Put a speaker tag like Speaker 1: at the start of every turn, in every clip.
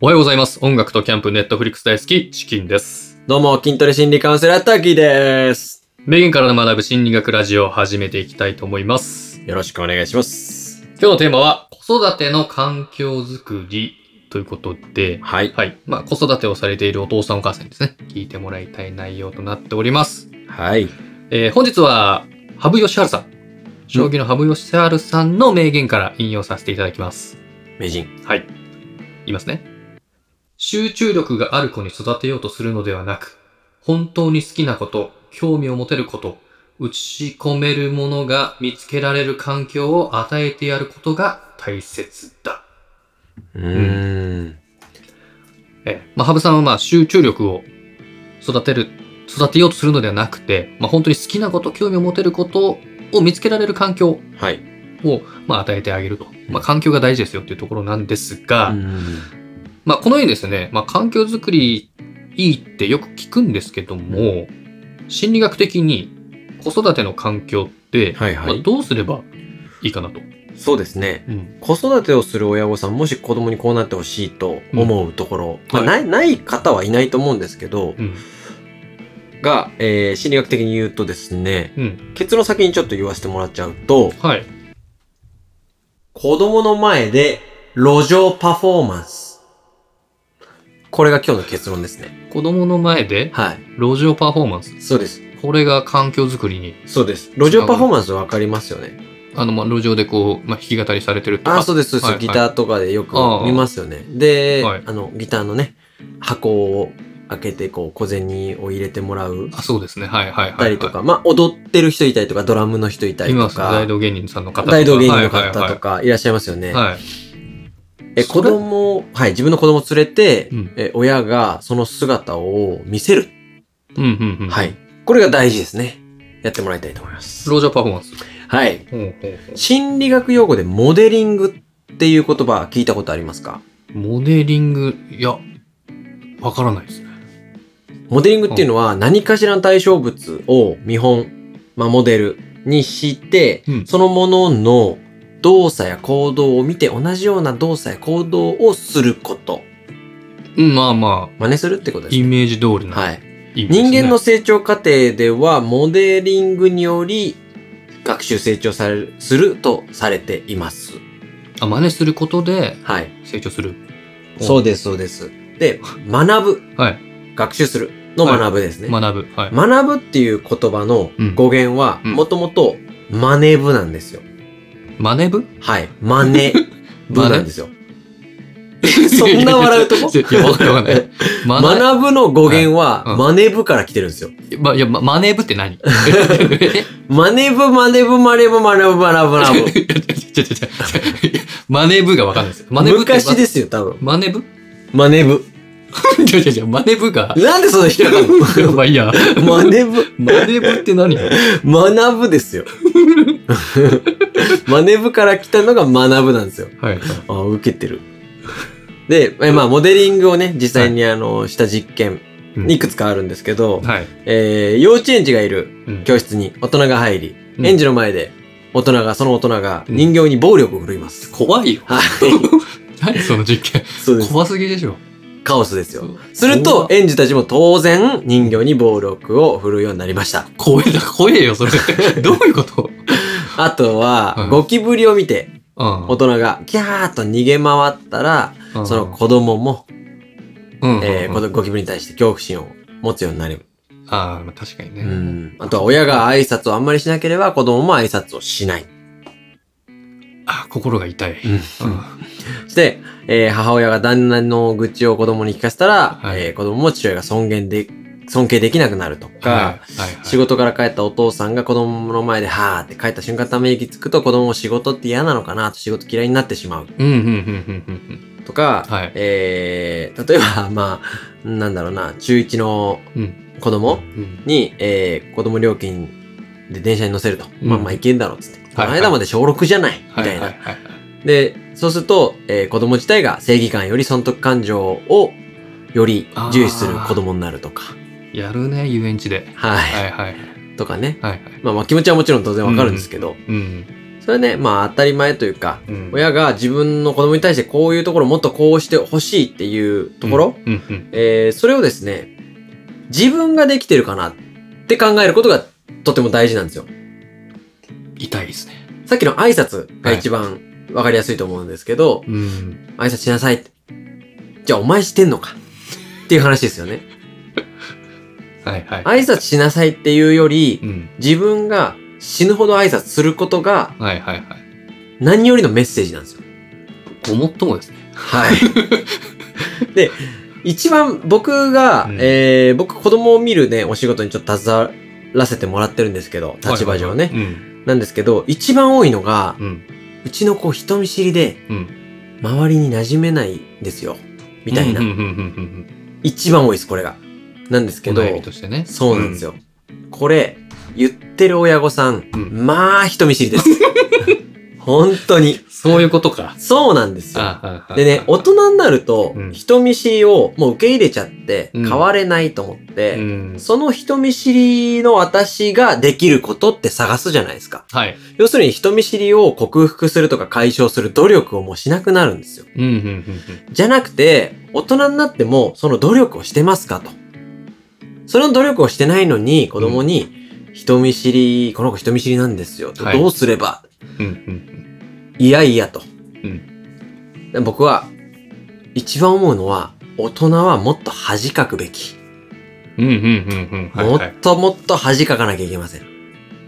Speaker 1: おはようございます。音楽とキャンプ、ネットフリックス大好き、チキンです。
Speaker 2: どうも、筋トレ心理カウンセラー、タキです。
Speaker 1: 名言から学ぶ心理学ラジオを始めていきたいと思います。
Speaker 2: よろしくお願いします。
Speaker 1: 今日のテーマは、子育ての環境づくりということで、
Speaker 2: はい。
Speaker 1: はい。まあ、子育てをされているお父さんお母さんにですね、聞いてもらいたい内容となっております。
Speaker 2: はい。
Speaker 1: えー本日は、羽生善治さん。将棋の羽生善治さんの名言から引用させていただきます。
Speaker 2: 名人。
Speaker 1: はい。言いますね。集中力がある子に育てようとするのではなく、本当に好きなこと、興味を持てること、打ち込めるものが見つけられる環境を与えてやることが大切だ。
Speaker 2: うーん。
Speaker 1: ええ、まあ、羽生さんはまあ集中力を育てる、育てようとするのではなくて、まあ、本当に好きなこと、興味を持てることを見つけられる環境
Speaker 2: はい。
Speaker 1: をまあ与えてあげると。まあ、環境が大事ですよっていうところなんですが、
Speaker 2: うん
Speaker 1: まあ、このようにですね、まあ、環境づくりいいってよく聞くんですけども、心理学的に子育ての環境って、
Speaker 2: はいはい
Speaker 1: まあ、どうすればいいかなと。
Speaker 2: そうですね。
Speaker 1: うん。
Speaker 2: 子育てをする親御さん、もし子供にこうなってほしいと思うところ、
Speaker 1: うん
Speaker 2: まあない、ない方はいないと思うんですけど
Speaker 1: う、ん。
Speaker 2: が、えー心理学的に言うとですね、
Speaker 1: うん。
Speaker 2: 結論先にちょっと言わせてもらっちゃうと、
Speaker 1: はい。
Speaker 2: 子供の前で路上パフォーマンス。これが今日の結論ですね。
Speaker 1: 子供の前で
Speaker 2: はい。
Speaker 1: 路上パフォーマンス。
Speaker 2: そうです。
Speaker 1: これが環境づくりに、
Speaker 2: そうです。路上パフォーマンスわかりますよね。
Speaker 1: あの、まあ、路上でこう、まあ、弾き語りされてるとか。
Speaker 2: あ、そうです、そうです。
Speaker 1: はいはい
Speaker 2: ギターとかでよく
Speaker 1: ああ
Speaker 2: 見ますよね。で、
Speaker 1: はい
Speaker 2: あの、ギターのね、箱を開けて、こう、小銭を入れてもらう。
Speaker 1: あそうですね。はいはいはい、はい。
Speaker 2: たりとか、まあ、踊ってる人いたりとか、ドラムの人いたり
Speaker 1: い
Speaker 2: と
Speaker 1: ます。大
Speaker 2: か、
Speaker 1: 道芸人さんの方とか。
Speaker 2: 大道芸人の方
Speaker 1: はい
Speaker 2: とかいらっしゃいますよ
Speaker 1: は
Speaker 2: ね。
Speaker 1: いはい、はい。
Speaker 2: え、子供を、はい、自分の子供を連れて、
Speaker 1: うん
Speaker 2: え、親がその姿を見せる。
Speaker 1: うんうんうん。
Speaker 2: はい。。これが大事ですね。やってもらいたいと思います。
Speaker 1: 路上パフォーマンス。
Speaker 2: はい。
Speaker 1: ほうほうほう
Speaker 2: 心理学用語でモデリングっていう言葉聞いたことありますか
Speaker 1: モデリング、いや、わからないですね。
Speaker 2: モデリングっていうのは何かしらの対象物を見本、まあ、モデルにして、
Speaker 1: うん
Speaker 2: そのものの動作や行動を見て同じような動作や行動をすること。
Speaker 1: うん、まあまあ、
Speaker 2: 真似するってことです
Speaker 1: イ
Speaker 2: ね。
Speaker 1: メージ通りの
Speaker 2: はい。
Speaker 1: イメージですね、
Speaker 2: 人間の成長過程では、モデリングにより学習成長される、するとされています。
Speaker 1: あ、真似することで
Speaker 2: はい。
Speaker 1: 成長する。
Speaker 2: そうです、そうです。で、学ぶ、
Speaker 1: はい。
Speaker 2: 学習するの学ぶですね。
Speaker 1: 学ぶ。はい。
Speaker 2: 学ぶっていう言葉の語源は、
Speaker 1: うん
Speaker 2: もともと、真似部なんですよ。
Speaker 1: 真似部
Speaker 2: はい。真似部なん ですよ。 そんな笑うとこ
Speaker 1: いや、わかんないわかん ない。真
Speaker 2: 学ぶの語源は、
Speaker 1: はいうん
Speaker 2: 真似部から来てるんですよ。
Speaker 1: 似、ま、いや、ま真似部って 何
Speaker 2: 真似部、真似部、真似部、真似部、 真似部、
Speaker 1: えちょちょちょ真似部がわかんないです。真似部って。
Speaker 2: 昔ですよ、多分。
Speaker 1: 真似部
Speaker 2: 真似部。
Speaker 1: ちょちょちょ、真似 部が。
Speaker 2: なんでそんな 引っかか
Speaker 1: いや
Speaker 2: る
Speaker 1: まあいいや。
Speaker 2: の真似部、
Speaker 1: 真似部って何
Speaker 2: 学ぶですよ。 真似部から来たのが学ぶなんですよ。
Speaker 1: はい。
Speaker 2: あ受けてる。 で、えまあ、モデリングをね、実際にあの、した実験、
Speaker 1: うん
Speaker 2: いくつかあるんですけど、
Speaker 1: はい。
Speaker 2: えー幼稚園児がいる
Speaker 1: うん
Speaker 2: 教室に大人が入り、
Speaker 1: うん
Speaker 2: 園児の前で、大人が、その大人が
Speaker 1: うん
Speaker 2: 人形に暴力を振るいます。
Speaker 1: 怖いよ。
Speaker 2: はい。
Speaker 1: 何その実験。
Speaker 2: そうです。
Speaker 1: 怖すぎでしょ。
Speaker 2: カオスですよ。すると、園児たちも当然、人形に暴力を振るうようになりました。
Speaker 1: 怖えだ、怖え よ、それ。どういうこと
Speaker 2: あと
Speaker 1: は
Speaker 2: は、
Speaker 1: い
Speaker 2: ゴキブリを見て、大
Speaker 1: う
Speaker 2: 人が、キャーっと逃げ回ったら、
Speaker 1: ん。
Speaker 2: その子供も、
Speaker 1: うん、
Speaker 2: えー
Speaker 1: うん
Speaker 2: このゴキブリに対して恐怖心を持つようになる。
Speaker 1: ああ、まあ確かにね。
Speaker 2: うん。あとは親が挨拶をあんまりしなければ子供も挨拶をしない。
Speaker 1: あー心が痛い。うん
Speaker 2: そして、えー母親が旦那の愚痴を子供に聞かせたら、
Speaker 1: はい
Speaker 2: えー子供も父親が尊厳で、尊敬できなくなるとか、
Speaker 1: はいはいはい
Speaker 2: 仕事から帰ったお父さんが子供の前で、はーって帰った瞬間ため息つくと子供も仕事って嫌なのかなと仕事嫌いになってしまう
Speaker 1: うん、うん、うん、うんうん
Speaker 2: とか、
Speaker 1: はい
Speaker 2: えー例えば、まあ、なんだろうな、中1の
Speaker 1: うん。
Speaker 2: 子供
Speaker 1: うん。
Speaker 2: に、えー子供料金で電車に乗せると。
Speaker 1: うん
Speaker 2: まあまあいけんだろうっつって。
Speaker 1: はいはい
Speaker 2: この間まで小6じゃないみたい
Speaker 1: は
Speaker 2: な。
Speaker 1: い、はい、はい。
Speaker 2: で、そうすると、えー子供自体が正義感より損得感情をより重視する子供になるとか。
Speaker 1: やるね、遊園地で。
Speaker 2: はい。
Speaker 1: はい、はい、はい。
Speaker 2: とかね。
Speaker 1: はい、はい。
Speaker 2: まあまあ気持ちはもちろん当然わかるんですけど、
Speaker 1: うん。
Speaker 2: それはね、まあ当たり前というか、
Speaker 1: うん
Speaker 2: 親が自分の子供に対してこういうところをもっとこうしてほしいっていうところ、
Speaker 1: うんうん
Speaker 2: えーそれをですね、自分ができてるかなって考えることがとても大事なんですよ。
Speaker 1: 痛いですね。
Speaker 2: さっきの挨拶が一番わかりやすいと思うんですけど、
Speaker 1: うん。
Speaker 2: 挨拶しなさい。じゃあお前してんのかっていう話ですよね。
Speaker 1: はいはい。
Speaker 2: 挨拶しなさいっていうより
Speaker 1: う、ん。
Speaker 2: 自分が死ぬほど挨拶することが
Speaker 1: はいはいはい。
Speaker 2: 何よりのメッセージなんですよ。
Speaker 1: ごもっともですね。
Speaker 2: はい。で、一番僕が、
Speaker 1: うん
Speaker 2: えー僕子供を見るね、お仕事にちょっと携わらせてもらってるんですけど、立場上ね。
Speaker 1: はいはいはい
Speaker 2: なんですけど、一番多いのが、
Speaker 1: うん。うん。
Speaker 2: うちの子人見知りで、
Speaker 1: うん。
Speaker 2: 周りに馴染めないんですよ。みたい
Speaker 1: う
Speaker 2: な。
Speaker 1: んうんうんうんうん。
Speaker 2: 一番多いです、これが。なんですけ
Speaker 1: お
Speaker 2: ど、
Speaker 1: 悩みとしてね。
Speaker 2: そうなんです
Speaker 1: よ。
Speaker 2: よ。これ、言ってる親御さん、
Speaker 1: うん
Speaker 2: まあ、人見知り です。本当に。
Speaker 1: そういうことか。
Speaker 2: そうなんですよ。
Speaker 1: ああ
Speaker 2: でね、大人になると
Speaker 1: う、ん
Speaker 2: 人見知りをもう受け入れちゃって、
Speaker 1: うん
Speaker 2: 変われないと思って、
Speaker 1: うん。
Speaker 2: その人見知りの私ができることって探すじゃないですか。
Speaker 1: はい。
Speaker 2: 要するに人見知りを克服するとか解消する努力をもうしなくなるんですよ。
Speaker 1: うんうんうん
Speaker 2: じゃなくて、大人になってもその努力をしてますかと。その努力をしてないのに子供に、人見知り、この子人見知りなんですよ。と
Speaker 1: はい
Speaker 2: どうすれば、
Speaker 1: うん。うんうん
Speaker 2: いやいやと。
Speaker 1: う
Speaker 2: で僕は、一番思うのは、大人はもっと恥かくべき。
Speaker 1: うん。うんうんうんうん。はい
Speaker 2: も
Speaker 1: はい
Speaker 2: っ。ともっと恥かかなきゃいけません。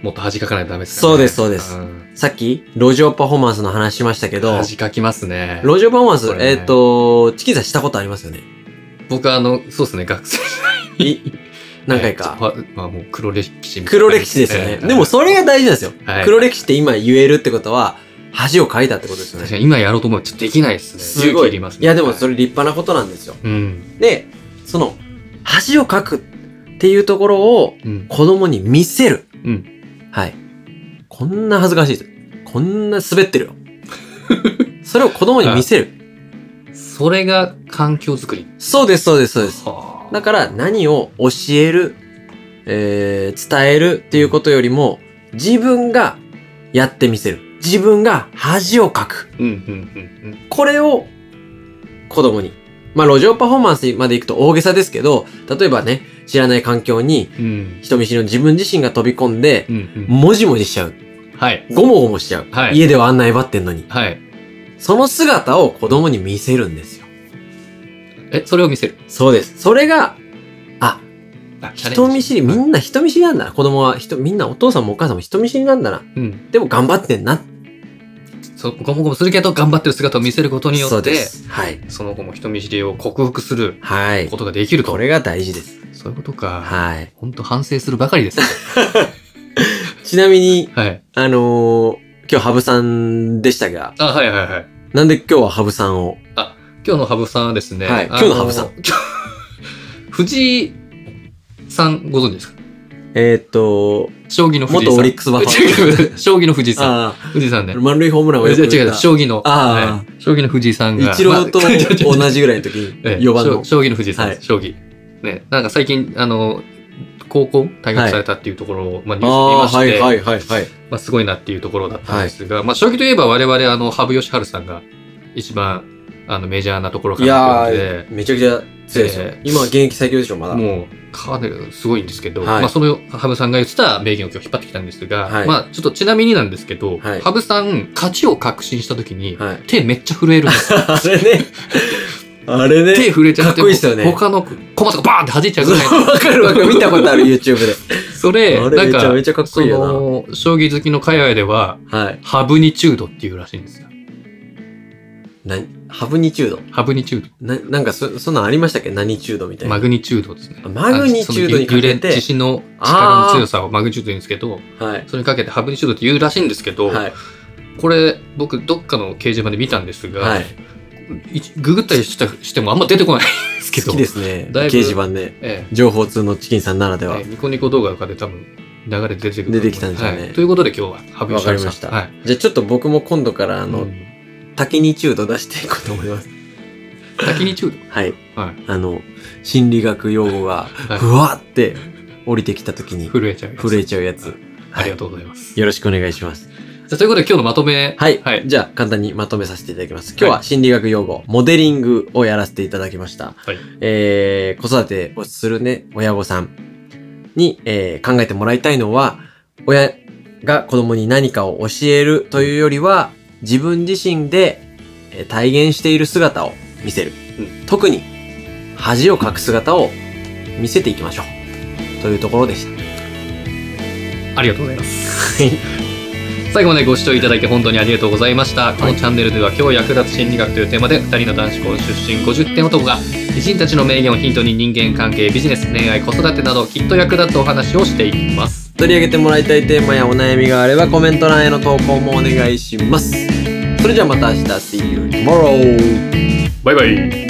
Speaker 1: もっと恥かかないとダメです
Speaker 2: そうですそうです
Speaker 1: ん
Speaker 2: さっき、路上パフォーマンスの話しましたけど、
Speaker 1: 恥かきますね。
Speaker 2: 路上パフォーマンス、
Speaker 1: これね
Speaker 2: えっ、と、チキンさんしたことありますよね。
Speaker 1: 僕はあの、そうですね、学生。
Speaker 2: い何回
Speaker 1: ちょっと
Speaker 2: か。
Speaker 1: はまあもう黒歴史みたいな
Speaker 2: 黒歴史ですよね。
Speaker 1: ええ
Speaker 2: でもそれが大事なんですよ。
Speaker 1: はい
Speaker 2: 黒歴史って今言えるってことは、恥をかいたってことですよ
Speaker 1: 確か
Speaker 2: ね。
Speaker 1: に今やろうと思うとちょっとできないですね。
Speaker 2: す
Speaker 1: 勇気
Speaker 2: ごい。
Speaker 1: いりますね。
Speaker 2: いやでもそ
Speaker 1: れ。
Speaker 2: れ立派なことなんですよ。
Speaker 1: うん。
Speaker 2: で、その、恥をかくっていうところを
Speaker 1: うん。
Speaker 2: 子供に見せる。
Speaker 1: うん。
Speaker 2: はい。こんな恥ずかしいと。こんな 滑ってるよ。それを子供に見せる。
Speaker 1: それが環境づくり。
Speaker 2: そうです、そうです、そうです。
Speaker 1: はあ
Speaker 2: だから何を教える、えー、伝えるっていうことよりも、自分がやってみせる。自分が恥をかく。
Speaker 1: うんうん
Speaker 2: これを子供に。まあ、路上パフォーマンスまで行くと大げさですけど、例えばね、知らない環境に
Speaker 1: うんうん。うん。
Speaker 2: 人見知りの自分自身が飛び込んで
Speaker 1: う、ん
Speaker 2: もじもじしちゃう。
Speaker 1: うん。はい。
Speaker 2: ごもごもしちゃう。
Speaker 1: はい
Speaker 2: 家ではあんなえばってんのに。
Speaker 1: はい。
Speaker 2: その姿を子供に見せるんですよ。
Speaker 1: え、それを見せる。
Speaker 2: そうです。それが、あ、
Speaker 1: あチャレンジ
Speaker 2: 人見知り、みんな人見知りなんだな。子供は人、みんなお父さんもお母さんも人見知りなんだな。
Speaker 1: うん。
Speaker 2: でも頑張ってんな。
Speaker 1: そう、ごもごもするけど頑張ってる姿を見せることによ
Speaker 2: そう
Speaker 1: っ
Speaker 2: で
Speaker 1: て、
Speaker 2: す。はい。
Speaker 1: その子も人見知りを克服する
Speaker 2: はい
Speaker 1: こ。とができる。
Speaker 2: ことれが大事です。
Speaker 1: そういうことか。
Speaker 2: はい。
Speaker 1: 本当反省するばかりですね。
Speaker 2: ちなみに、
Speaker 1: はい。
Speaker 2: あのー今日ハブさんでしたが、
Speaker 1: あ、はいはいはい。
Speaker 2: なんで今日はハブさんを。
Speaker 1: 今日の羽生さんはですね、
Speaker 2: はい
Speaker 1: あ
Speaker 2: 今日の羽生さん。
Speaker 1: 今日 藤井さんご存知ですか
Speaker 2: えーっと、
Speaker 1: 将棋の藤井さん。
Speaker 2: 元オリックスバファ
Speaker 1: 違う将棋の藤井さん。
Speaker 2: あ
Speaker 1: 藤井さんね
Speaker 2: あ、。満塁ホームランを
Speaker 1: 違う
Speaker 2: よく打った
Speaker 1: 違う、将棋の、
Speaker 2: あ
Speaker 1: はい将棋の藤井さんが。
Speaker 2: イチローと
Speaker 1: まあ 違う違う違う
Speaker 2: 同じぐらいの時に、
Speaker 1: ええ
Speaker 2: 4番
Speaker 1: 将
Speaker 2: の。
Speaker 1: 将棋の藤井さん、
Speaker 2: はい
Speaker 1: 将棋。ね、なんか最近、あの、高校退学されたっていうところを、まあ、ニュースで見まして、
Speaker 2: ーはいはいはいはい。
Speaker 1: まあ、すごいなっていうところだったんですが、まあ、将棋といえば我々、あの、羽生善治さんが一番、あの、メジャーなところか
Speaker 2: い
Speaker 1: な
Speaker 2: や
Speaker 1: と思うので、
Speaker 2: ー、めちゃくちゃ強いですよ
Speaker 1: え。え
Speaker 2: 今現役最強でしょ、まだ。
Speaker 1: もう、かなりすごいんですけど、
Speaker 2: はい
Speaker 1: まあ、その、羽生さんが言ってた名言を今日引っ張ってきたんですが、
Speaker 2: はい
Speaker 1: まあ、ちょっとちなみになんですけど、
Speaker 2: はい
Speaker 1: 羽生さん、勝ちを確信した時に、
Speaker 2: はい。
Speaker 1: 手めっちゃ震えるん ですよ。
Speaker 2: あれね。あれ
Speaker 1: 手
Speaker 2: ね。
Speaker 1: 震えちゃって、
Speaker 2: かっこいいっすよね
Speaker 1: 他の駒とかバーンって弾いちゃうぐらいの。
Speaker 2: わかるわ かる。見たことある、YouTube で。
Speaker 1: それ、な
Speaker 2: あれ
Speaker 1: ん
Speaker 2: めちゃ
Speaker 1: か
Speaker 2: め、ちゃかっこ
Speaker 1: そ
Speaker 2: いいよ
Speaker 1: の、将棋好きの界隈では、
Speaker 2: な。はい。
Speaker 1: ハブニチュードっていうらしいんですよ。
Speaker 2: な、ハブニチュード。
Speaker 1: ハブニチュー
Speaker 2: な、なんかそ、そんなんありましたっけ何チュードみた
Speaker 1: ド。
Speaker 2: い
Speaker 1: マ
Speaker 2: な。
Speaker 1: グニチュードですね。
Speaker 2: あマグニチュードにかけて
Speaker 1: あのその揺れ地震の力の強さをマグニチュードと言うんですけど、
Speaker 2: はい。
Speaker 1: それにかけてハブニチュードって言うらしいんですけど、
Speaker 2: はい。
Speaker 1: これ、僕、どっかの掲示板で見たんですが、
Speaker 2: はい。
Speaker 1: いググったりしたしてもあんま出てこないんですけど、
Speaker 2: 好きですね。
Speaker 1: だい
Speaker 2: 掲
Speaker 1: ぶ
Speaker 2: 示板ね。
Speaker 1: ええ
Speaker 2: 情報通のチキンさんならでは
Speaker 1: ええ。ニコニコ動画とかで多分流れ出てくると思う。
Speaker 2: 出てきたんですよね
Speaker 1: はいということで今日はハブニチュードさん
Speaker 2: わかりました
Speaker 1: はい。
Speaker 2: じゃあちょっと僕も今度から、あ
Speaker 1: あ
Speaker 2: の、滝ニチュード出していこうと思います。
Speaker 1: 滝ニチュー
Speaker 2: はい。
Speaker 1: ド。はい。
Speaker 2: あの、心理学用語が、
Speaker 1: い
Speaker 2: ふわって降りてきた時に
Speaker 1: 震えちゃうやつ。
Speaker 2: 震えちゃうやつ。
Speaker 1: ありがとうございます。
Speaker 2: よろしくお願いします。
Speaker 1: じゃあということで今日のまとめ。
Speaker 2: はい。
Speaker 1: はい。
Speaker 2: じゃあ、簡単にまとめさせていただきます。今日は心理学用語、モデリングをやらせていただきました。
Speaker 1: はい
Speaker 2: えー、子育てをするね、親御さんに、えー考えてもらいたいのは、親が子供に何かを教えるというよりは、自分自身でえー体現している姿を見せる。
Speaker 1: う
Speaker 2: 特に、恥をかく姿を見せていきましょう。というところ でした。
Speaker 1: ありがとうございます。最後までご視聴いただいて本当にありがとうございました。このチャンネルでは今日役立つ心理学というテーマで2人の男子校出身50点男が偉人たちの名言をヒントに人間関係、ビジネス、恋愛、子育てなどきっと役立つお話をしていきます。
Speaker 2: 取り上げてもらいたいテーマやお悩みがあればコメント欄への投稿もお願いします。それじゃあまた明日 See you tomorrow!
Speaker 1: バイバイ。